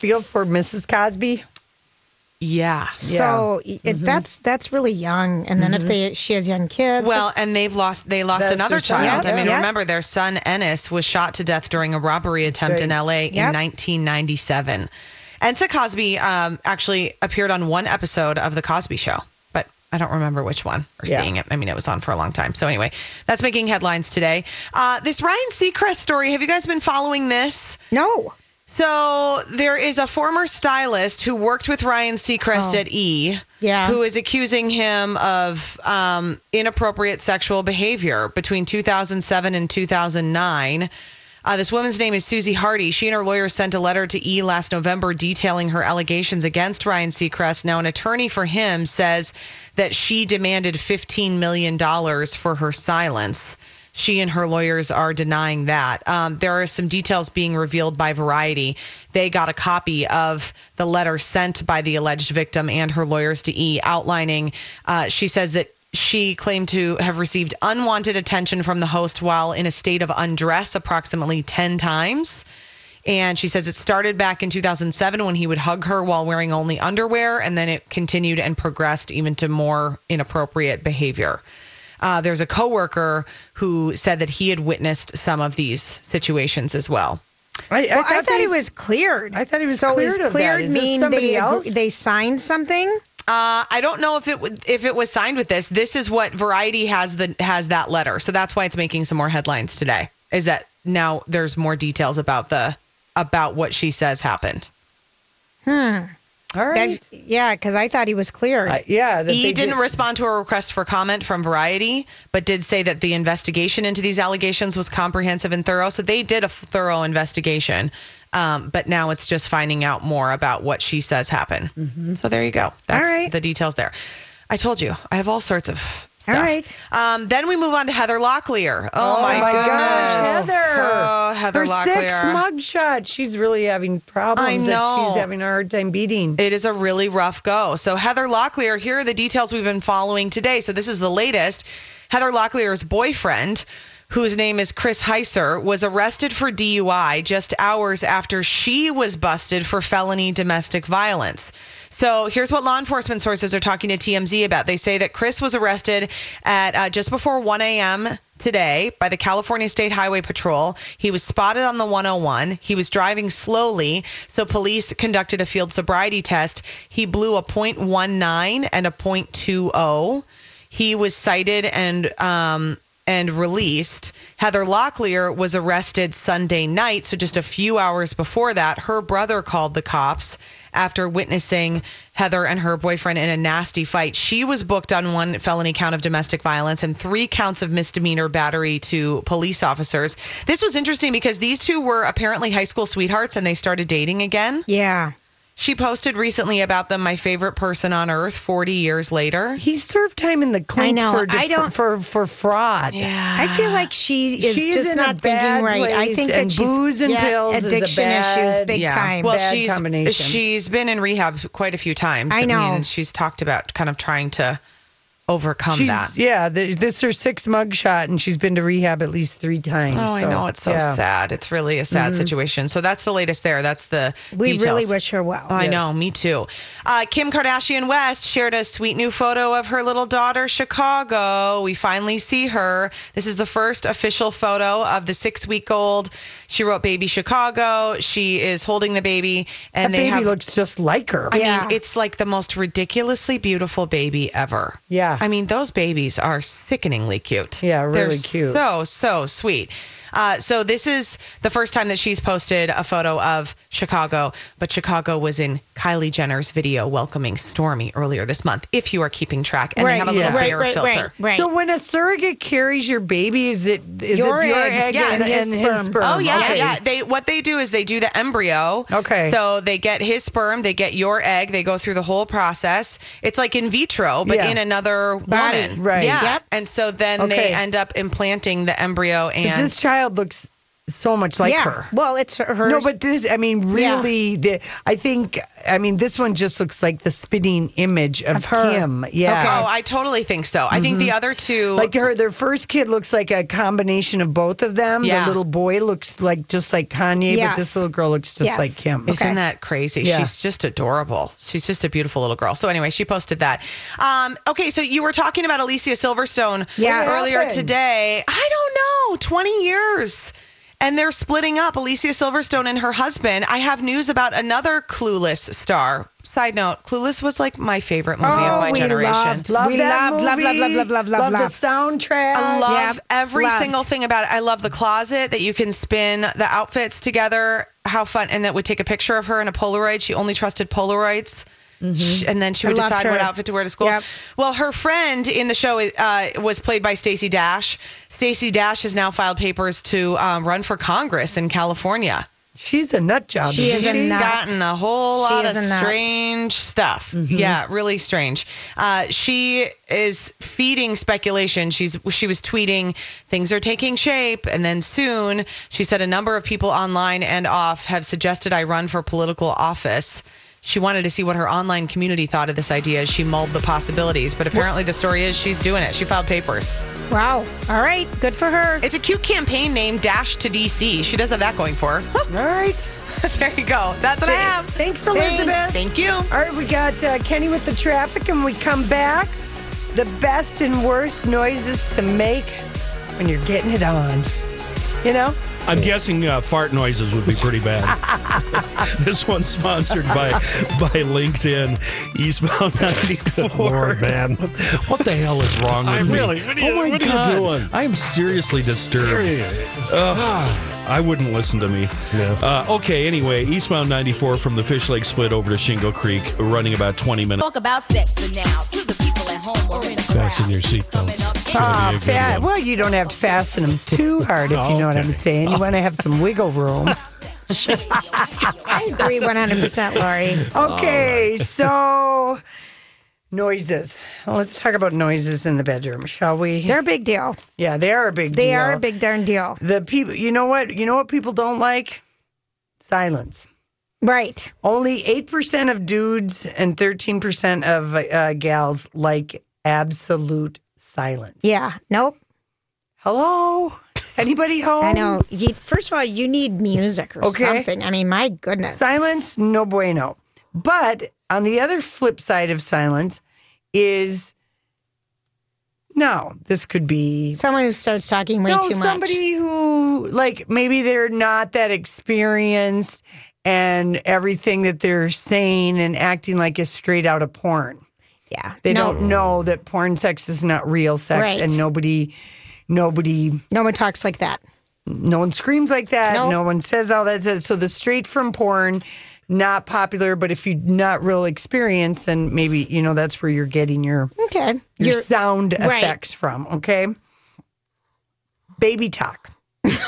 Speaker 3: feel for Mrs. Cosby?
Speaker 7: yeah.
Speaker 2: So it,
Speaker 3: Mm-hmm.
Speaker 2: that's that's really young. And then if they she has young kids,
Speaker 7: Well,
Speaker 2: that's-
Speaker 7: and they've lost they lost
Speaker 3: That's
Speaker 7: another
Speaker 3: their son.
Speaker 7: child.
Speaker 3: Yep.
Speaker 7: I mean,
Speaker 3: Yeah.
Speaker 7: remember their son Ennis was shot to death during a robbery attempt in LA in 1997. Ensa Cosby um, actually appeared on one episode of The Cosby Show, but I don't remember which one or
Speaker 3: Yeah.
Speaker 7: seeing it. I mean, it was on for a long time. So anyway, that's making headlines today. Uh, this Ryan Seacrest story. Have you guys been following this?
Speaker 2: no.
Speaker 7: So there is a former stylist who worked with Ryan Seacrest at E.
Speaker 2: Yeah.
Speaker 7: Who is accusing him of um, inappropriate sexual behavior between 2007 and 2009. Uh, this woman's name is Susie Hardy. She and her lawyer sent a letter to E last November detailing her allegations against Ryan Seacrest. Now, an attorney for him says that she demanded $15 million for her silence. She and her lawyers are denying that. Um, there are some details being revealed by Variety. They got a copy of the letter sent by the alleged victim and her lawyers to E, outlining. Uh, she says that she claimed to have received unwanted attention from the host while in a state of undress approximately 10 times. And she says it started back in 2007 when he would hug her while wearing only underwear, and then it continued and progressed even to more inappropriate behavior. Uh, there's a coworker who said that he had witnessed some of these situations as well.
Speaker 3: I, I
Speaker 2: Well, I thought
Speaker 3: they-
Speaker 2: he was cleared.
Speaker 3: I thought he was
Speaker 2: so
Speaker 3: cleared
Speaker 2: is
Speaker 3: of that.
Speaker 2: cleared
Speaker 3: Is this
Speaker 2: mean
Speaker 3: somebody
Speaker 2: they agr-
Speaker 3: else?
Speaker 2: they signed something?
Speaker 7: Uh, I don't know if it w- if it was signed with this. This is what Variety has the has that letter, so that's why it's making some more headlines today. Is that now there's more details about the about what she says happened.
Speaker 3: All right.
Speaker 2: That- yeah, because I thought he was cleared.
Speaker 3: Uh, yeah. that
Speaker 7: He
Speaker 3: they
Speaker 7: didn't
Speaker 3: did-
Speaker 7: respond to a request for comment from Variety, but did say that the investigation into these allegations was comprehensive and thorough. So they did a f- thorough investigation, um, but now it's just finding out more about what she says happened.
Speaker 3: Mm-hmm.
Speaker 7: So there you go. That's
Speaker 2: All right.
Speaker 7: the details there. I told you, I have all sorts of. Stuff.
Speaker 2: All right.
Speaker 7: Um, then we move on to Heather Locklear. Oh, my,
Speaker 3: my gosh,
Speaker 7: goodness.
Speaker 3: Heather.
Speaker 7: Oh, Heather
Speaker 3: her
Speaker 7: Locklear.
Speaker 3: six mugshot. She's really having problems that
Speaker 7: know.
Speaker 3: she's having a hard time beating.
Speaker 7: It is a really rough go. So, Heather Locklear, here are the details we've been following today. So, this is the latest. Heather Locklear's boyfriend, whose name is Chris Heiser, was arrested for DUI just hours after she was busted for felony domestic violence. So here's what law enforcement sources are talking to TMZ about. They say that Chris was arrested at uh, just before 1 a.m. today by the California State Highway Patrol. He was spotted on the 101. He was driving slowly, so police conducted a field sobriety test. He blew a .19 and a oh. .20. He was cited and um, and released. Heather Locklear was arrested Sunday night, so just a few hours before that, her brother called the cops after witnessing Heather and her boyfriend in a nasty fight. She was booked on one felony count of domestic violence and three counts of misdemeanor battery to police officers. This was interesting because these two were apparently high school sweethearts and they started dating again.
Speaker 2: Yeah.
Speaker 7: She posted recently about them, my favorite person on earth, 40 years later.
Speaker 3: He served time in the
Speaker 7: I
Speaker 3: clink
Speaker 7: know.
Speaker 3: for,
Speaker 7: I
Speaker 3: I
Speaker 7: don't-
Speaker 3: don't, for, for fraud.
Speaker 7: Yeah.
Speaker 2: I feel like she is
Speaker 3: She's
Speaker 2: just
Speaker 3: Ah. in a
Speaker 2: not thinking
Speaker 3: bad
Speaker 2: right. I
Speaker 3: place,
Speaker 2: think that
Speaker 3: and
Speaker 2: she's
Speaker 3: booze and
Speaker 2: yeah,
Speaker 3: pills is a
Speaker 2: addiction issues,
Speaker 3: bad-
Speaker 2: big
Speaker 3: yeah.
Speaker 2: time.
Speaker 7: Well,
Speaker 3: Bad
Speaker 7: she's
Speaker 3: combination.
Speaker 7: she's been in rehab quite a few times.
Speaker 2: I know.
Speaker 7: mean, she's talked about kind of trying to overcome
Speaker 3: She's,
Speaker 7: that.
Speaker 3: Yeah, th- this is her sixth mugshot, and she's been to rehab at least three times.
Speaker 7: Oh, I know. It's so
Speaker 3: yeah.
Speaker 7: sad. It's really a sad
Speaker 3: Mhm.
Speaker 7: situation. So that's the latest there. That's the
Speaker 2: we really
Speaker 7: details.
Speaker 2: wish her well.
Speaker 7: I know, me too. Uh, Kim Kardashian West shared a sweet new photo of her little daughter, Chicago. We finally see her. This is the first official photo of the six week old. She wrote Baby Chicago. She is holding the baby, and
Speaker 3: That
Speaker 7: they
Speaker 3: baby
Speaker 7: have.
Speaker 3: looks just like her.
Speaker 7: I mean, it's like the most ridiculously beautiful baby ever.
Speaker 3: Yeah.
Speaker 7: I mean, those babies are sickeningly cute.
Speaker 3: Yeah, really
Speaker 7: They're
Speaker 3: cute.
Speaker 7: So, so sweet. Uh, so, this is the first time that she's posted a photo of Chicago, but Chicago was in Kylie Jenner's video welcoming Stormy earlier this month, if you are keeping track. And they have a little
Speaker 3: yeah.
Speaker 7: bear filter.
Speaker 3: So when a surrogate carries your baby, is it is
Speaker 2: Your
Speaker 3: it your
Speaker 2: eggs
Speaker 3: egg
Speaker 2: and
Speaker 3: and,
Speaker 2: his
Speaker 3: and his
Speaker 2: sperm.
Speaker 3: sperm?
Speaker 7: Oh yeah,
Speaker 3: Okay.
Speaker 7: yeah. They what they do is they do the embryo.
Speaker 3: Okay.
Speaker 7: So they get his sperm, they get your egg, they go through the whole process. It's like in vitro, but
Speaker 3: Yeah.
Speaker 7: in another
Speaker 3: Body,
Speaker 7: woman.
Speaker 3: right.
Speaker 7: Yeah.
Speaker 3: Yep.
Speaker 7: And so then they
Speaker 3: Okay.
Speaker 7: end up implanting the embryo
Speaker 3: 'Cause
Speaker 7: and
Speaker 3: this child looks so much like
Speaker 2: yeah.
Speaker 3: her.
Speaker 2: Well, it's her. hers.
Speaker 3: No, but this, I mean,
Speaker 2: Yeah.
Speaker 3: really, the, I think, I mean, this one just looks like the spitting image of,
Speaker 2: Of her.
Speaker 3: Kim. Yeah. Mm-hmm.
Speaker 7: Oh, I totally think so. I think the other two
Speaker 3: like her, their first kid looks like a combination of both of them.
Speaker 7: Yeah.
Speaker 3: The little boy looks like just like Kanye,
Speaker 2: Yes.
Speaker 3: but this little girl looks just
Speaker 2: Yes.
Speaker 3: like Kim.
Speaker 7: Isn't that crazy?
Speaker 3: Yeah.
Speaker 7: She's just adorable. She's just a beautiful little girl. So anyway, she posted that. Um, okay, so you were talking about Alicia Silverstone
Speaker 2: Yes.
Speaker 7: earlier
Speaker 3: happened?
Speaker 7: today. I don't know, 20 years. And they're splitting up, Alicia Silverstone and her husband. I have news about another Clueless star. Side note, Clueless was like my favorite movie of my
Speaker 2: Oh, we
Speaker 7: generation.
Speaker 2: loved,
Speaker 3: Love
Speaker 2: we
Speaker 3: that
Speaker 2: loved, love, love,
Speaker 3: movie.
Speaker 2: love, love, love, love,
Speaker 3: the
Speaker 2: love.
Speaker 3: soundtrack.
Speaker 7: I love
Speaker 2: Yep,
Speaker 7: every
Speaker 2: loved.
Speaker 7: single thing about it. I love the closet that you can spin the outfits together. How fun! And that would take a picture of her in a Polaroid. She only trusted Polaroids. Sh- And then she
Speaker 2: Mm-hmm. I
Speaker 7: would
Speaker 2: loved
Speaker 7: decide what
Speaker 2: her.
Speaker 7: outfit to wear to school.
Speaker 2: Yep.
Speaker 7: Well, her friend in the show uh, was played by Stacey Dash. Stacey Dash has now filed papers to um, run for Congress in California.
Speaker 3: She's a nut job.
Speaker 2: She is
Speaker 3: isn't
Speaker 2: a
Speaker 7: She's
Speaker 2: nut.
Speaker 7: gotten a whole
Speaker 2: She
Speaker 7: lot of
Speaker 2: is a nut.
Speaker 7: strange stuff. Yeah, really strange. Uh, she is feeding speculation. She's she was tweeting things are taking shape, and then soon she said a number of people online and off have suggested I run for political office. She wanted to see what her online community thought of this idea as she mulled the possibilities. But apparently, the story is she's doing it. She filed papers.
Speaker 2: Wow. All right. Good for her.
Speaker 7: It's a cute campaign name, Dash to DC. She does have that going for her.
Speaker 3: All right.
Speaker 7: there you go. That's what I have.
Speaker 3: Thanks, Elizabeth.
Speaker 7: Thank you.
Speaker 3: All right, we got uh, Kenny with the traffic, and we come back. The best and worst noises to make when you're getting it on. You know?
Speaker 8: I'm guessing uh, fart noises would be pretty bad. this one's sponsored by by LinkedIn, Eastbound 94.
Speaker 1: Lord, man.
Speaker 8: What the hell is wrong with
Speaker 1: I
Speaker 8: me?
Speaker 1: really- what are
Speaker 8: oh
Speaker 1: you-
Speaker 8: my
Speaker 1: what are you
Speaker 8: God.
Speaker 1: doing?
Speaker 8: I am seriously disturbed. Ugh, I wouldn't listen to me. Uh, okay, anyway, Eastbound 94 from the Fish Lake split over to Shingle Creek, running about 20 minutes.
Speaker 9: Talk about sex for now to the people at home or in the
Speaker 1: Fasten your seatbelts. It's gonna be
Speaker 3: Ah,
Speaker 1: a good
Speaker 3: fa-
Speaker 1: one.
Speaker 3: well, you don't have to fasten them too hard, if you know what I'm saying. You want to have some wiggle room.
Speaker 2: I agree 100%, Lori.
Speaker 3: Okay, so noises. Let's talk about noises in the bedroom, shall we?
Speaker 2: They're a big deal.
Speaker 3: yeah, they are a big
Speaker 2: They
Speaker 3: deal.
Speaker 2: are a big darn deal.
Speaker 3: The people, you know what? You know what people don't like? Silence.
Speaker 2: Right.
Speaker 3: Only 8% of dudes and 13% of uh, gals like absolute silence.
Speaker 2: Yeah. Nope.
Speaker 3: Hello? Anybody home?
Speaker 2: I know. You, first of all, you need music or
Speaker 3: Um, Okay.
Speaker 2: something. I mean, my goodness.
Speaker 3: Silence, no bueno. But on the other flip side of silence is no, this could be
Speaker 2: Someone who starts talking way
Speaker 3: no,
Speaker 2: too much.
Speaker 3: somebody who like maybe they're not that experienced and everything that they're saying and acting like is straight out of porn.
Speaker 2: Yeah.
Speaker 3: They
Speaker 2: no,
Speaker 3: don't know that porn sex is not real sex,
Speaker 2: Right.
Speaker 3: and nobody, nobody,
Speaker 2: No one talks like that.
Speaker 3: no one screams like that.
Speaker 2: Nope.
Speaker 3: No one says all that. So the straight from porn not popular, but if you're not real experienced, then maybe, you know, that's where you're getting your
Speaker 2: okay.
Speaker 3: your,
Speaker 2: Your-
Speaker 3: sound
Speaker 2: right.
Speaker 3: effects from, okay? Baby talk.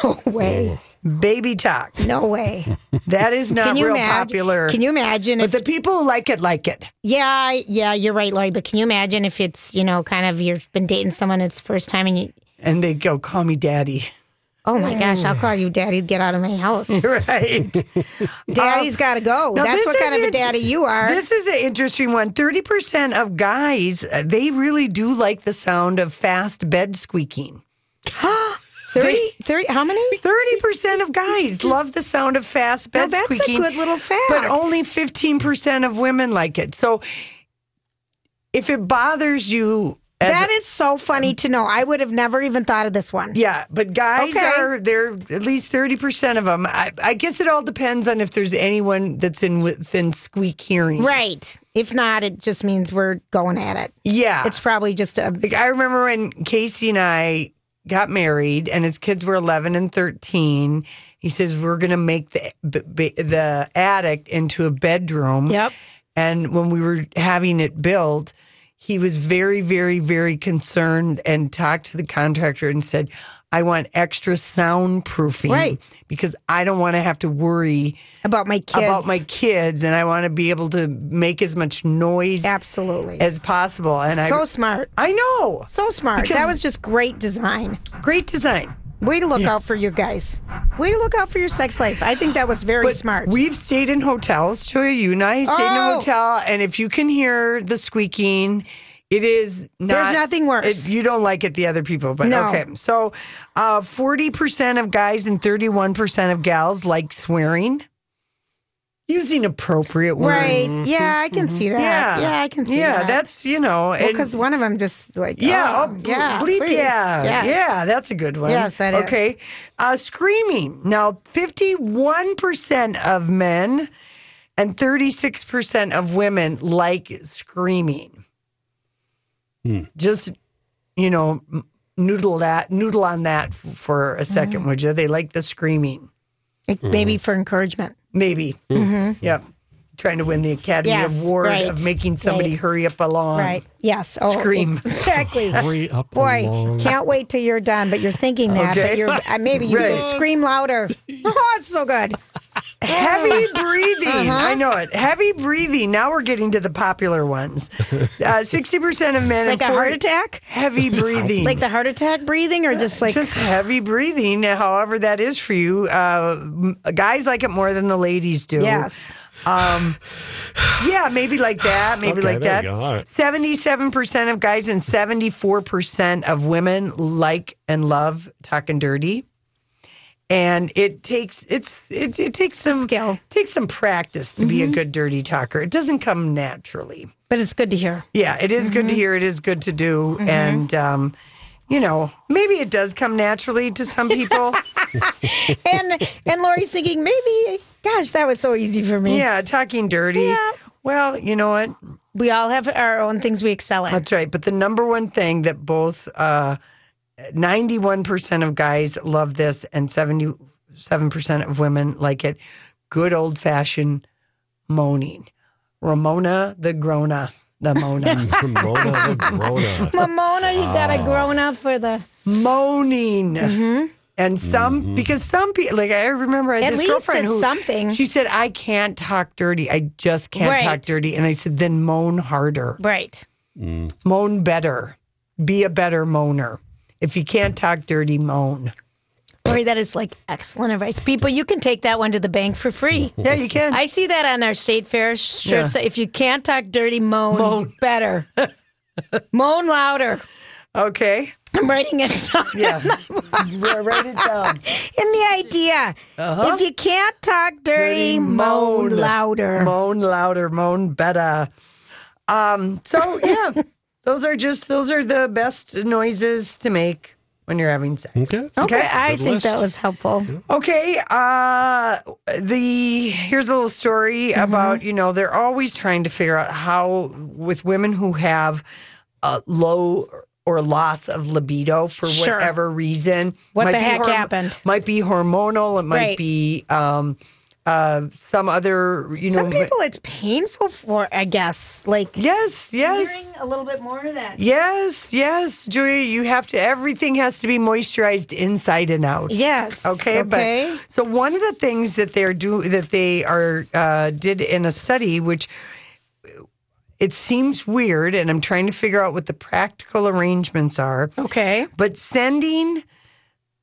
Speaker 2: No way.
Speaker 3: Baby talk.
Speaker 2: No way.
Speaker 3: That is not
Speaker 2: Can you
Speaker 3: real
Speaker 2: imag-
Speaker 3: popular.
Speaker 2: can you imagine
Speaker 3: But the people who like it like it.
Speaker 2: Yeah, I- yeah, you're right, Lori. But can you imagine if it's you know kind of you've been dating someone it's the first time and you
Speaker 3: And they go, call me daddy.
Speaker 2: oh
Speaker 3: Mm.
Speaker 2: my gosh I'll call you daddy get out of my house.
Speaker 3: Right.
Speaker 2: Daddy's got to go.
Speaker 3: Now,
Speaker 2: That's
Speaker 3: this
Speaker 2: what kind
Speaker 3: is
Speaker 2: of a
Speaker 3: int-
Speaker 2: daddy you are.
Speaker 3: This is an interesting one. 30% of guys, uh, they really do like the sound of fast bed squeaking.
Speaker 2: 30, 30 how many?
Speaker 3: 30% of guys love the sound of fast
Speaker 2: Now,
Speaker 3: bed
Speaker 2: that's a
Speaker 3: squeaking.
Speaker 2: good little fact.
Speaker 3: But only 15% of women like it. So if it bothers you, as
Speaker 2: That is so funny to know. I would have never even thought of this one.
Speaker 3: Yeah, but guys
Speaker 2: Okay.
Speaker 3: are they're at least thirty percent of them. I, I guess it all depends on if there's anyone that's in within squeak hearing.
Speaker 2: Right. If not, it just means we're going at it.
Speaker 3: Yeah,
Speaker 2: It's probably just uh, a
Speaker 3: like I remember when Casey and I got married, and his kids were eleven and thirteen. He says we're gonna make the b- b- the attic into a bedroom.
Speaker 2: Yep.
Speaker 3: And when we were having it built, he was very, very, very concerned and talked to the contractor and said, I want extra soundproofing.
Speaker 2: Right.
Speaker 3: Because I don't want to have to worry
Speaker 2: about my kids.
Speaker 3: about my kids and I want to be able to make as much noise
Speaker 2: Absolutely.
Speaker 3: as possible. And
Speaker 2: so
Speaker 3: I
Speaker 2: smart.
Speaker 3: I know.
Speaker 2: So smart.
Speaker 3: Because-
Speaker 2: that was just great design.
Speaker 3: Great design.
Speaker 2: Way to look out for your guys. Way to look out for your sex life. I think that was very smart.
Speaker 3: We've stayed in hotels, Julia. You and I stayed in a
Speaker 2: Oh.
Speaker 3: hotel, and if you can hear the squeaking, it is not.
Speaker 2: There's nothing worse.
Speaker 3: it- you don't like it, the other people, but
Speaker 2: No.
Speaker 3: okay. So, uh, forty percent of guys and thirty-one percent of gals like swearing, using appropriate words.
Speaker 2: right. Yeah, I can see that.
Speaker 3: Mm-hmm. Yeah.
Speaker 2: Yeah, I can see
Speaker 3: Yeah,
Speaker 2: that.
Speaker 3: that's you know, and-
Speaker 2: because one of them just like
Speaker 3: yeah,
Speaker 2: oh,
Speaker 3: oh,
Speaker 2: yeah,
Speaker 3: bleep,
Speaker 2: please.
Speaker 3: yeah,
Speaker 2: Yes.
Speaker 3: yeah. That's a good one.
Speaker 2: Yes, that is.
Speaker 3: Okay, uh, screaming. Now, fifty-one percent of men and thirty-six percent of women like screaming. Just you know, m- noodle that, noodle on that f- for
Speaker 2: Mm-hmm.
Speaker 3: a second, would you? They like the screaming,
Speaker 2: Like, maybe
Speaker 3: Mm.
Speaker 2: for encouragement.
Speaker 3: maybe. Mm-hmm. Yep. Trying to win the Academy
Speaker 2: Yes,
Speaker 3: Award
Speaker 2: right.
Speaker 3: of making somebody
Speaker 2: Right.
Speaker 3: hurry up along.
Speaker 2: Right. Yes. Oh,
Speaker 3: Uh, Scream.
Speaker 2: Exactly.
Speaker 1: Hurry up
Speaker 2: Boy,
Speaker 1: along.
Speaker 2: can't wait till you're done, but you're thinking that.
Speaker 3: Okay.
Speaker 2: But you're uh, maybe you
Speaker 3: Right.
Speaker 2: just scream louder. Oh, it's so good.
Speaker 3: Heavy breathing.
Speaker 2: Uh-huh.
Speaker 3: I know it. Heavy breathing. Now we're getting to the popular ones. Uh, Sixty percent of men
Speaker 2: Like
Speaker 3: and
Speaker 2: a
Speaker 3: 40
Speaker 2: heart attack?
Speaker 3: Heavy breathing.
Speaker 2: Like the heart attack breathing or just like
Speaker 3: just heavy breathing. However, that is for you. Uh, m- guys like it more than the ladies do.
Speaker 2: Yes.
Speaker 3: Um, yeah, maybe like that. Maybe
Speaker 1: Okay,
Speaker 3: like
Speaker 1: there
Speaker 3: that.
Speaker 1: you go. All right.
Speaker 3: Seventy-seven percent of guys and seventy-four percent of women like and love talking dirty, and it takes it's it, it takes some
Speaker 2: Skill.
Speaker 3: takes some practice to be a good dirty talker. It doesn't come naturally.
Speaker 2: but it's good to hear.
Speaker 3: Yeah, it is good to hear. It is good to do, and um, you know maybe it does come naturally to some people.
Speaker 2: And and Lori's thinking, maybe gosh, that was so easy for me.
Speaker 3: yeah, talking dirty. Well, you know what?
Speaker 2: We all have our own things we excel at.
Speaker 3: That's right. But the number one thing that both uh, 91% of guys love this and 77% of women like it good old fashioned moaning. Ramona the Grona. The Mona.
Speaker 1: Ramona the Grona.
Speaker 2: Mamona, you got a grown up for the
Speaker 3: moaning. And some, because some people, like I remember I
Speaker 2: Mm-hmm.
Speaker 3: had
Speaker 2: At
Speaker 3: this
Speaker 2: least
Speaker 3: girlfriend
Speaker 2: it's
Speaker 3: who,
Speaker 2: something.
Speaker 3: she said, I can't talk dirty. I just can't
Speaker 2: Right.
Speaker 3: talk dirty. And I said, then moan harder.
Speaker 2: right.
Speaker 3: moan better. Be a better moaner. If you can't talk dirty, moan.
Speaker 2: Lori, that is like excellent advice. People, you can take that one to the bank for free.
Speaker 3: Yeah, you can.
Speaker 2: I see that on our state fair shirts. If you can't talk dirty, moan,
Speaker 3: Moan.
Speaker 2: better. moan louder.
Speaker 3: okay.
Speaker 2: I'm writing it down.
Speaker 3: Yeah. write it down.
Speaker 2: In the idea, if you can't talk dirty, moan, louder.
Speaker 3: Moan louder. Moan better. Um. So yeah, those are just those are the best noises to make when you're having sex.
Speaker 1: Okay.
Speaker 2: Okay, I
Speaker 1: Good
Speaker 2: think that
Speaker 1: list.
Speaker 2: was helpful.
Speaker 3: Okay, uh the here's a little story
Speaker 2: Mm-hmm.
Speaker 3: about, you know, they're always trying to figure out how with women who have uh, low or loss of libido for
Speaker 2: Sure.
Speaker 3: whatever reason.
Speaker 2: What the
Speaker 3: be
Speaker 2: heck happened?
Speaker 3: Might be hormonal, it might
Speaker 2: Right.
Speaker 3: be um uh, some other, you
Speaker 2: Some
Speaker 3: know,
Speaker 2: people it's painful for, I guess. Like
Speaker 3: yes, yes.
Speaker 2: hearing a little bit more of that.
Speaker 3: Yes, yes, Julia, you have to, everything has to be moisturized inside and out.
Speaker 2: Yes,
Speaker 3: Okay.
Speaker 2: okay.
Speaker 3: But, so one of the things that they're do that they are, uh, did in a study, which it seems weird, and I'm trying to figure out what the practical arrangements are.
Speaker 2: Okay.
Speaker 3: But sending,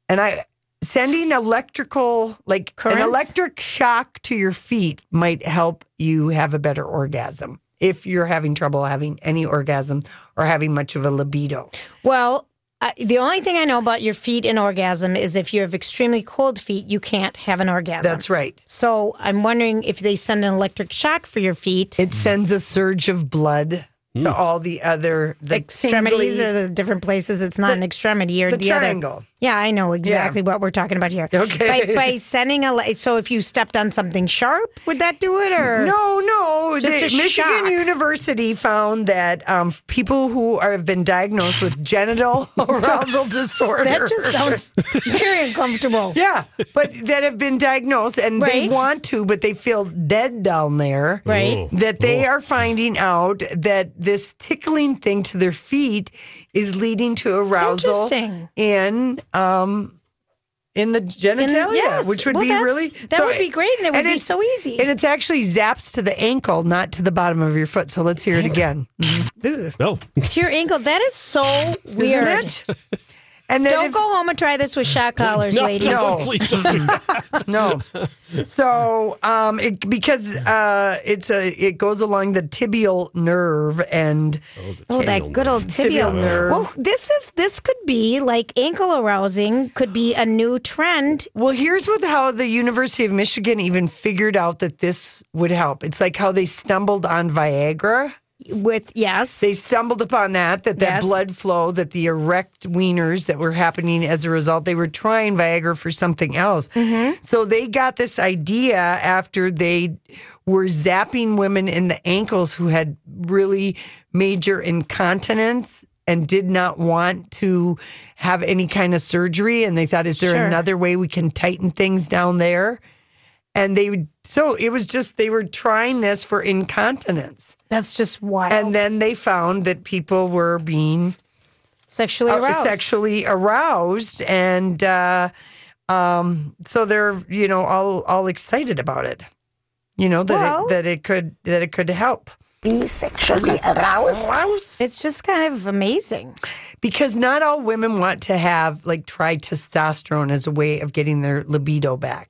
Speaker 3: and I, sending electrical, like
Speaker 2: Currents?
Speaker 3: an electric shock to your feet might help you have a better orgasm if you're having trouble having any orgasm or having much of a libido.
Speaker 2: Well, uh, the only thing I know about your feet and orgasm is if you have extremely cold feet, you can't have an orgasm.
Speaker 3: That's right.
Speaker 2: So I'm wondering if they send an electric shock for your feet.
Speaker 3: It sends a surge of blood to all the other the
Speaker 2: extremities
Speaker 3: tingly-
Speaker 2: are the different places. It's not an extremity or
Speaker 3: the
Speaker 2: the,
Speaker 3: triangle.
Speaker 2: other. Yeah, I know exactly what we're talking about here. Okay. By, by sending a le- so if you stepped on something sharp, would that do it or
Speaker 3: No, no.
Speaker 2: Just
Speaker 3: the
Speaker 2: a
Speaker 3: Michigan
Speaker 2: shock.
Speaker 3: University found that um, people who are, have been diagnosed with genital arousal disorder.
Speaker 2: That just sounds very uncomfortable.
Speaker 3: Yeah, but that have been diagnosed and they
Speaker 2: Right.
Speaker 3: want to, but they feel dead down there.
Speaker 2: Right. Whoa.
Speaker 3: That they
Speaker 2: Oh.
Speaker 3: are finding out that this tickling thing to their feet is leading to arousal
Speaker 2: Interesting.
Speaker 3: in um in the genitalia,
Speaker 2: yes.
Speaker 3: which would
Speaker 2: Well,
Speaker 3: be
Speaker 2: that's-
Speaker 3: really
Speaker 2: that would be great, and it would be
Speaker 3: it's-
Speaker 2: so easy.
Speaker 3: And it's actually zaps to the ankle, not to the bottom of your foot. So let's hear it again. Mhm. Ugh.
Speaker 1: No.
Speaker 2: to your ankle. That is so weird.
Speaker 3: Isn't it? And then
Speaker 2: Don't
Speaker 3: if-
Speaker 2: go home and try this with shock collars, ladies.
Speaker 3: No.
Speaker 1: Please don't do that.
Speaker 3: No. So, um, it, because uh, it's a, it goes along the tibial nerve, and
Speaker 2: Oh, that good old tibial
Speaker 3: Tibial nerve.
Speaker 2: Well, this is this could be like ankle arousing could be a new trend.
Speaker 3: well, here's with how the University of Michigan even figured out that this would help. It's like how they stumbled on Viagra.
Speaker 2: With yes,
Speaker 3: They stumbled upon that that that
Speaker 2: Yes.
Speaker 3: blood flow, that the erect wieners that were happening as a result. They were trying Viagra for something else.
Speaker 2: Mm-hmm.
Speaker 3: So they got this idea after they were zapping women in the ankles who had really major incontinence and did not want to have any kind of surgery. And they thought, is there
Speaker 2: Sure.
Speaker 3: another way we can tighten things down there? And they would, so it was just they were trying this for incontinence.
Speaker 2: that's just wild.
Speaker 3: And then they found that people were being
Speaker 2: sexually
Speaker 3: uh,
Speaker 2: aroused.
Speaker 3: sexually aroused, and uh, um, so they're you know all all excited about it. You know that
Speaker 2: Well-
Speaker 3: it, that it could that it could help
Speaker 10: Be sexually aroused.
Speaker 3: arouse
Speaker 2: it's just kind of amazing.
Speaker 3: because not all women want to have like try testosterone as a way of getting their libido back.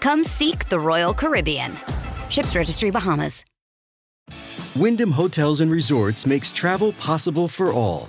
Speaker 11: Come seek the Royal Caribbean. Ships Registry Bahamas.
Speaker 12: Wyndham Hotels and Resorts makes travel possible for all.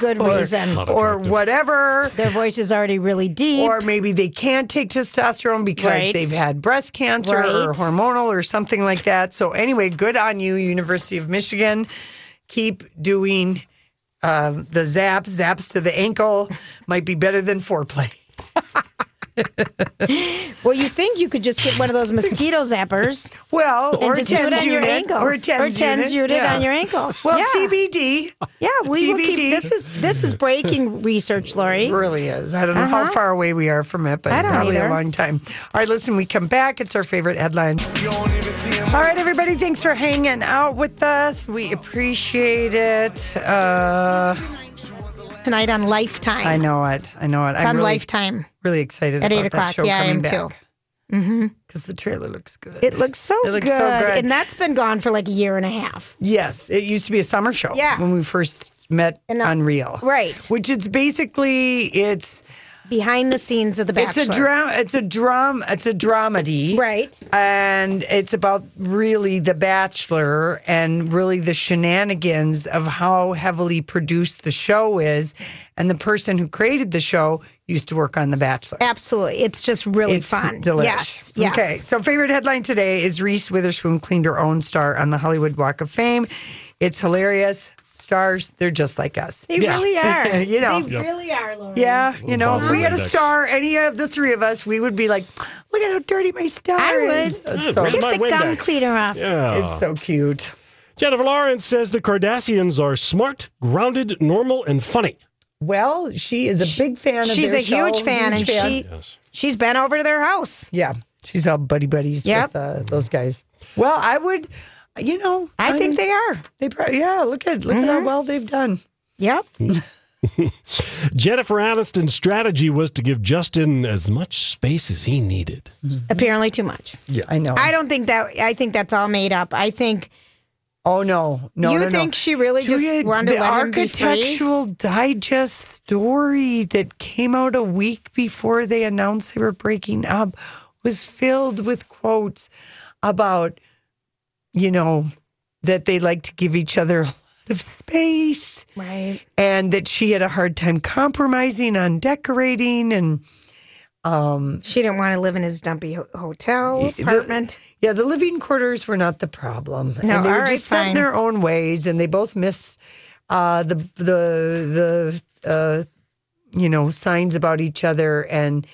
Speaker 2: Good reason.
Speaker 3: or whatever.
Speaker 2: Their voice is already really deep.
Speaker 3: Or maybe they can't take testosterone because
Speaker 2: Right.
Speaker 3: they've had breast cancer or
Speaker 2: Right.
Speaker 3: hormonal or something like that. So anyway, good on you, University of Michigan. Keep doing uh, the zaps. Zaps to the ankle might be better than foreplay.
Speaker 2: well, you think you could just get one of those mosquito zappers
Speaker 3: Well,
Speaker 2: and
Speaker 3: or
Speaker 2: just
Speaker 3: a
Speaker 2: do it
Speaker 3: TENS
Speaker 2: on your
Speaker 3: unit,
Speaker 2: ankles
Speaker 3: or a TENS,
Speaker 2: unit,
Speaker 3: yeah.
Speaker 2: on your ankles.
Speaker 3: Well,
Speaker 2: yeah.
Speaker 3: TBD
Speaker 2: Yeah, we will
Speaker 3: TBD.
Speaker 2: keep. This is this is breaking research, Lori.
Speaker 3: really is. I don't know how
Speaker 2: Uh-huh.
Speaker 3: far away we are from it, but
Speaker 2: I don't
Speaker 3: probably a
Speaker 2: either.
Speaker 3: long time. All right, listen, we come back. It's our favorite headline. All right, everybody, thanks for hanging out with us. We appreciate it. Uh,
Speaker 2: Tonight on Lifetime.
Speaker 3: I know it. I know it.
Speaker 2: It's on Lifetime
Speaker 3: Really excited
Speaker 2: at
Speaker 3: about
Speaker 2: eight
Speaker 3: that
Speaker 2: o'clock.
Speaker 3: show
Speaker 2: Yeah, I
Speaker 3: coming
Speaker 2: am
Speaker 3: back.
Speaker 2: too. Mm-hmm.
Speaker 3: because the trailer looks good.
Speaker 2: It looks so
Speaker 3: It looks
Speaker 2: good.
Speaker 3: so good.
Speaker 2: And that's been gone for like a year and a half.
Speaker 3: Yes, it used to be a summer show.
Speaker 2: Yeah. uh,
Speaker 3: when we first met Unreal,
Speaker 2: Right.
Speaker 3: Which it's basically it's
Speaker 2: behind the scenes of the Bachelor.
Speaker 3: It's a drama. It's a drum. It's a dramedy,
Speaker 2: right?
Speaker 3: And it's about really the Bachelor and really the shenanigans of how heavily produced the show is, and the person who created the show used to work on the Bachelor.
Speaker 2: Absolutely. It's just really
Speaker 3: it's
Speaker 2: fun.
Speaker 3: Delish.
Speaker 2: Yes. Yes.
Speaker 3: Okay. So, favorite headline today is Reese Witherspoon cleaned her own star on the Hollywood Walk of Fame. It's hilarious. Stars, they're just like us.
Speaker 2: They really are.
Speaker 3: you know,
Speaker 2: They really are, Laura.
Speaker 3: yeah, you know, if we had a
Speaker 2: Windex.
Speaker 3: star, any of the three of us, we would be like, look at how dirty my star
Speaker 2: I
Speaker 3: is.
Speaker 2: would.
Speaker 3: It's
Speaker 1: Where's my Windex? Yeah.
Speaker 2: Uh.
Speaker 3: It's so cute.
Speaker 1: Jennifer Lawrence says the Cardassians are smart, grounded, normal, and funny.
Speaker 3: Well, she is a big fan of
Speaker 2: She's
Speaker 3: their
Speaker 2: a huge
Speaker 3: show,
Speaker 2: fan,
Speaker 3: huge
Speaker 2: and
Speaker 3: fan.
Speaker 2: she she's been over to their house.
Speaker 3: Yeah. She's all buddy buddies
Speaker 2: Yep.
Speaker 3: with uh, those guys. Well, I would, you know,
Speaker 2: I think Mm-hmm. they are.
Speaker 3: They probably, yeah. Look at look at how well they've done.
Speaker 2: Yep.
Speaker 1: Jennifer Aniston's strategy was to give Justin as much space as he needed.
Speaker 3: Mm-hmm.
Speaker 2: Apparently, too much.
Speaker 1: Yeah,
Speaker 3: I know.
Speaker 2: I don't think that. I think that's all made up. I think.
Speaker 3: Oh no, no,
Speaker 2: You
Speaker 3: no, no.
Speaker 2: think she really just
Speaker 3: Julia,
Speaker 2: wanted to
Speaker 3: the
Speaker 2: let him be free?
Speaker 3: Architectural Digest story that came out a week before they announced they were breaking up was filled with quotes about, you know, that they like to give each other a lot of space,
Speaker 2: right?
Speaker 3: And that she had a hard time compromising on decorating, and um,
Speaker 2: she didn't want to live in his dumpy ho- hotel apartment.
Speaker 3: yeah, the living quarters were not the problem.
Speaker 2: No,
Speaker 3: and they
Speaker 2: all
Speaker 3: were
Speaker 2: right,
Speaker 3: just set
Speaker 2: fine.
Speaker 3: in their own ways, and they both missed uh, the the the uh, you know signs about each other, and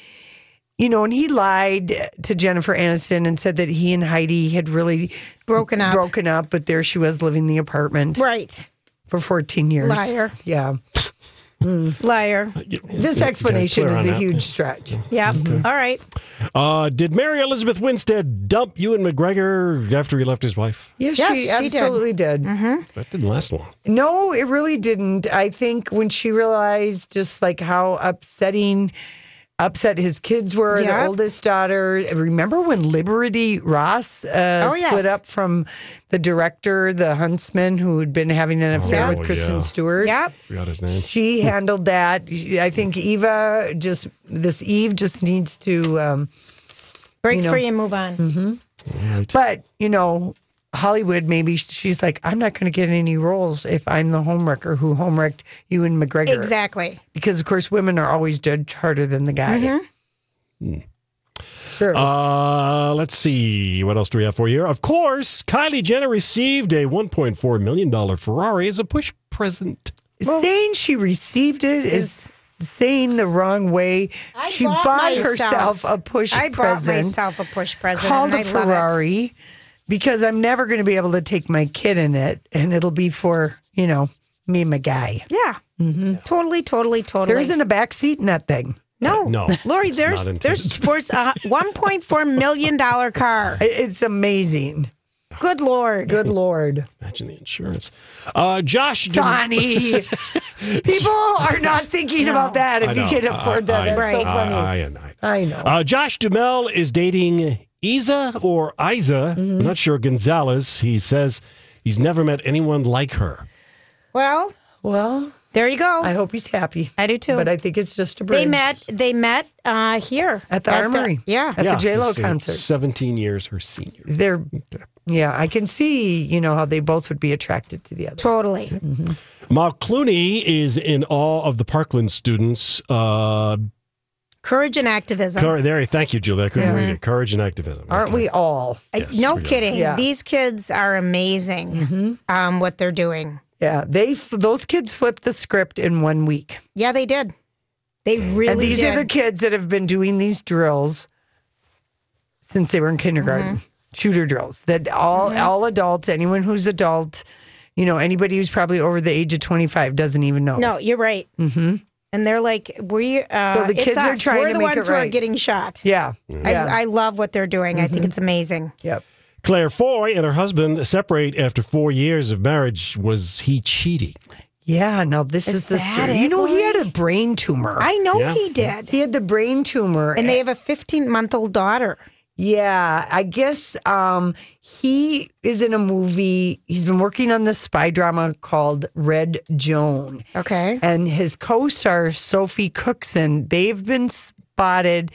Speaker 3: you know, and he lied to Jennifer Aniston and said that he and Heidi had really
Speaker 2: broken up.
Speaker 3: Broken up, but there she was living in the apartment,
Speaker 2: right?
Speaker 3: For fourteen years,
Speaker 2: Liar.
Speaker 3: Yeah. Mm.
Speaker 2: Liar.
Speaker 3: This explanation
Speaker 1: clear
Speaker 3: is
Speaker 1: on
Speaker 3: a
Speaker 1: that.
Speaker 3: huge stretch.
Speaker 2: Yeah. All right.
Speaker 1: Uh, did Mary Elizabeth Winstead dump Ewan McGregor after he left his wife?
Speaker 3: Yes,
Speaker 2: Yes, she
Speaker 3: she
Speaker 2: did. Mm-hmm.
Speaker 3: absolutely did.
Speaker 1: That didn't last long.
Speaker 3: No, it really didn't. I think when she realized just like how upsetting upset his kids were,
Speaker 2: Yeah.
Speaker 3: the oldest daughter. Remember when Liberty Ross uh,
Speaker 2: Oh, yes.
Speaker 3: split up from the director, the huntsman who had been having an affair
Speaker 1: Oh,
Speaker 3: with Kristen
Speaker 1: yeah.
Speaker 3: Stewart? Yep.
Speaker 1: Forgot his name.
Speaker 3: She handled that. I think Eva just this Eve just needs to um,
Speaker 2: Break
Speaker 3: you know,
Speaker 2: free and move on.
Speaker 3: hmm But you know, Hollywood maybe she's like, I'm not going to get any roles if I'm the homewrecker who homewrecked you and McGregor.
Speaker 2: Exactly.
Speaker 3: Because of course, women are always judged harder than the guy.
Speaker 2: Mm-hmm.
Speaker 3: Sure.
Speaker 1: Hmm. Uh, let's see. What else do we have for you here? Of course, Kylie Jenner received a $1.4 million Ferrari as a push present.
Speaker 3: saying she received it is saying the wrong way.
Speaker 2: I
Speaker 3: she bought,
Speaker 2: myself-
Speaker 3: herself a push
Speaker 2: I
Speaker 3: present.
Speaker 2: bought myself a push present.
Speaker 3: called
Speaker 2: and I
Speaker 3: a
Speaker 2: Love it.
Speaker 3: Ferrari because I'm never going to be able to take my kid in it, and it'll be for you know me and my guy.
Speaker 2: Yeah. Totally, totally, totally.
Speaker 3: There isn't Mm-hmm. a back seat in that thing.
Speaker 2: No,
Speaker 3: No,
Speaker 2: Lori.
Speaker 3: it's
Speaker 2: There's
Speaker 3: not intended.
Speaker 2: there's sports a one point four million dollar car.
Speaker 3: It's amazing.
Speaker 2: Good lord.
Speaker 3: Good lord.
Speaker 1: Imagine the insurance. Uh, Josh. Dum-
Speaker 3: Donnie. People are not thinking about that if
Speaker 1: I
Speaker 3: you
Speaker 1: know.
Speaker 3: can afford that.
Speaker 1: I-
Speaker 3: That's
Speaker 1: I-
Speaker 3: so funny.
Speaker 1: I- I- I-
Speaker 3: I know.
Speaker 1: Uh, Josh Dumel is dating Isa or Isa. I'm not sure. Gonzalez. He says he's never met anyone like her.
Speaker 2: Well,
Speaker 3: well,
Speaker 2: there you go.
Speaker 3: I hope he's happy.
Speaker 2: I do too.
Speaker 3: But I think it's just
Speaker 2: They
Speaker 3: a bridge.
Speaker 2: met. They met uh, here
Speaker 3: At the Armory.
Speaker 2: yeah,
Speaker 3: At the J-Lo
Speaker 1: she's, uh,
Speaker 3: concert.
Speaker 1: 17 years her senior.
Speaker 3: They're, yeah, I can see, you know, how they both would be attracted to the other.
Speaker 2: Totally.
Speaker 3: Mm-hmm.
Speaker 1: Mark Clooney is in awe of the Parkland students. Uh,
Speaker 2: Courage and activism.
Speaker 1: cour- there, thank you, Julie. I couldn't
Speaker 2: Yeah.
Speaker 1: read it. Courage and activism.
Speaker 3: Aren't we all?
Speaker 2: I-
Speaker 1: Yes,
Speaker 2: no
Speaker 1: we got it.
Speaker 2: kidding.
Speaker 3: Yeah. Mm-hmm.
Speaker 2: These kids are amazing. Um, what they're doing.
Speaker 3: Yeah, they f- those kids flipped the script in one week.
Speaker 2: Yeah, they did. They really
Speaker 3: and these
Speaker 2: did.
Speaker 3: are the kids that have been doing these drills since they were in kindergarten.
Speaker 2: Mm-hmm.
Speaker 3: Shooter drills that all all adults, anyone who's adult, you know, anybody who's probably over the age of twenty five doesn't even know.
Speaker 2: No, you're right.
Speaker 3: hmm
Speaker 2: And they're like, we. Uh,
Speaker 3: So the
Speaker 2: it's
Speaker 3: kids are
Speaker 2: us.
Speaker 3: trying
Speaker 2: We're
Speaker 3: to
Speaker 2: the
Speaker 3: make it
Speaker 2: ones who are
Speaker 3: right.
Speaker 2: getting shot.
Speaker 3: Yeah. Yeah. Mm-hmm.
Speaker 2: I, I love what they're doing. I think it's amazing.
Speaker 3: Yep.
Speaker 1: Claire Foy and her husband separate after four years of marriage. Was he cheating?
Speaker 3: Yeah. Now this is, the
Speaker 2: that
Speaker 3: story.
Speaker 2: it,
Speaker 3: You know, he had a brain tumor.
Speaker 2: I know
Speaker 1: Yeah.
Speaker 2: he did.
Speaker 3: He had the brain tumor,
Speaker 2: And they have a 15 month old daughter.
Speaker 3: Yeah, I guess um, he is in a movie. He's been working on this spy drama called Red Joan.
Speaker 2: Okay.
Speaker 3: And his co star, Sophie Cookson, they've been spotted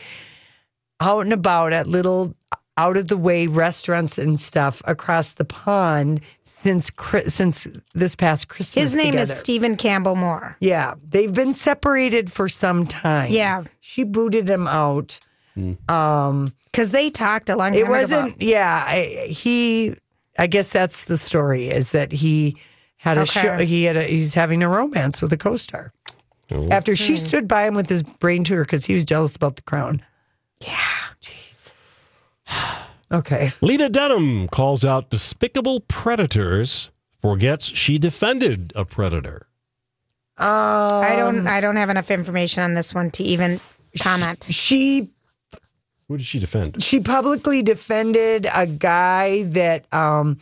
Speaker 3: out and about at little out of the way restaurants and stuff across the pond since Chri- since this past Christmas.
Speaker 2: His name
Speaker 3: together.
Speaker 2: is Stephen Campbell Moore.
Speaker 3: Yeah, they've been separated for some time.
Speaker 2: Yeah.
Speaker 3: she booted him out. Um,
Speaker 2: because they talked a long time
Speaker 3: It wasn't. Yeah, I, he. I guess that's the story. Is that he had a
Speaker 2: Okay.
Speaker 3: show, he had a, he's having a romance with a co-star after she
Speaker 2: Hmm.
Speaker 3: stood by him with his brain tumor because he was jealous about the crown. Yeah, jeez. okay.
Speaker 1: Lena Dunham calls out despicable predators, forgets she defended a predator.
Speaker 3: Um,
Speaker 2: I don't. I don't have enough information on this one to even comment.
Speaker 3: She
Speaker 1: Who did she defend?
Speaker 3: she publicly defended a guy that um,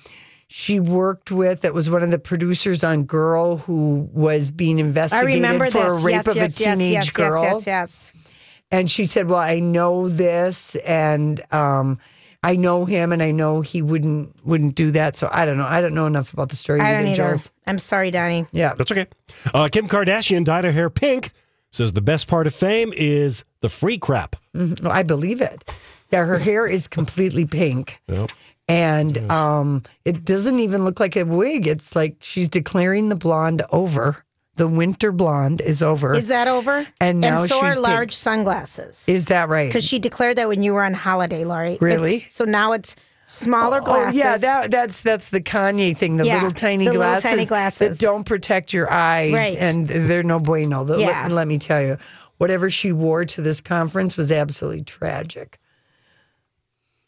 Speaker 3: she worked with that was one of the producers on Girl who was being
Speaker 2: I
Speaker 3: investigated
Speaker 2: remember
Speaker 3: for
Speaker 2: this.
Speaker 3: a rape
Speaker 2: yes,
Speaker 3: of
Speaker 2: yes,
Speaker 3: a teenage
Speaker 2: yes, yes,
Speaker 3: girl.
Speaker 2: yes, yes, yes.
Speaker 3: And she said, Well, I know this and um, I know him and I know he wouldn't wouldn't do that. So I don't know. I don't know enough about the story.
Speaker 2: I don't either.
Speaker 3: Joel.
Speaker 2: I'm sorry, Donnie.
Speaker 3: Yeah.
Speaker 1: That's okay. Uh, Kim Kardashian dyed her hair pink. Says the best part of fame is the free crap.
Speaker 3: Mhm. No, I believe it. Yeah, her hair is completely pink.
Speaker 1: Yep.
Speaker 3: And um, it doesn't even look like a wig. It's like she's declaring the blonde over. The winter blonde is over.
Speaker 2: Is that over?
Speaker 3: And now
Speaker 2: so
Speaker 3: she's
Speaker 2: are
Speaker 3: pink.
Speaker 2: large sunglasses.
Speaker 3: Is that right?
Speaker 2: Because she declared that when you were on holiday, Lori. It's-
Speaker 3: Really?
Speaker 2: so now it's smaller
Speaker 3: Oh
Speaker 2: glasses.
Speaker 3: yeah, that, that's that's the Kanye thing. The
Speaker 2: Yeah,
Speaker 3: little tiny
Speaker 2: the little
Speaker 3: glasses,
Speaker 2: tiny glasses.
Speaker 3: that don't protect your eyes,
Speaker 2: Right.
Speaker 3: and they're no bueno. The- let-
Speaker 2: Yeah.
Speaker 3: let, me tell you, whatever she wore to this conference was absolutely tragic.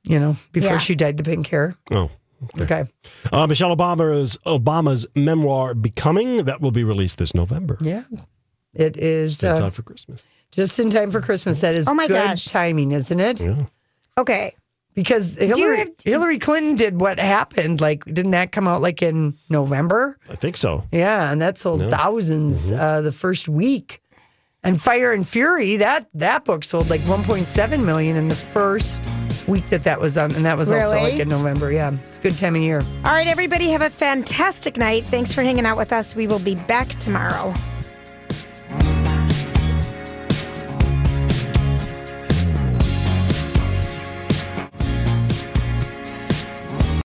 Speaker 3: You know, before
Speaker 1: Yeah.
Speaker 3: she dyed the pink hair.
Speaker 1: Oh.
Speaker 3: Okay.
Speaker 1: Uh, Michelle Obama's Obama's memoir "Becoming" that will be released this November.
Speaker 3: Yeah, it is
Speaker 1: Just in
Speaker 3: uh,
Speaker 1: time for Christmas.
Speaker 3: Just in time for Christmas. That is
Speaker 2: Oh my
Speaker 3: good
Speaker 2: gosh.
Speaker 3: timing, isn't it?
Speaker 2: Okay.
Speaker 3: Because
Speaker 2: you
Speaker 3: Hillary,
Speaker 2: have-
Speaker 3: Hillary Clinton did what happened. Like, didn't that come out like in November?
Speaker 1: I think so.
Speaker 3: Yeah, and that sold
Speaker 1: Yeah.
Speaker 3: 1000s uh, the first week. And Fire and Fury, that that book sold like 1.7 million in the first week that that was on, and that was also
Speaker 2: Really?
Speaker 3: like in November. Yeah, it's a good time of year.
Speaker 2: All right, everybody, have a fantastic night. Thanks for hanging out with us. We will be back tomorrow.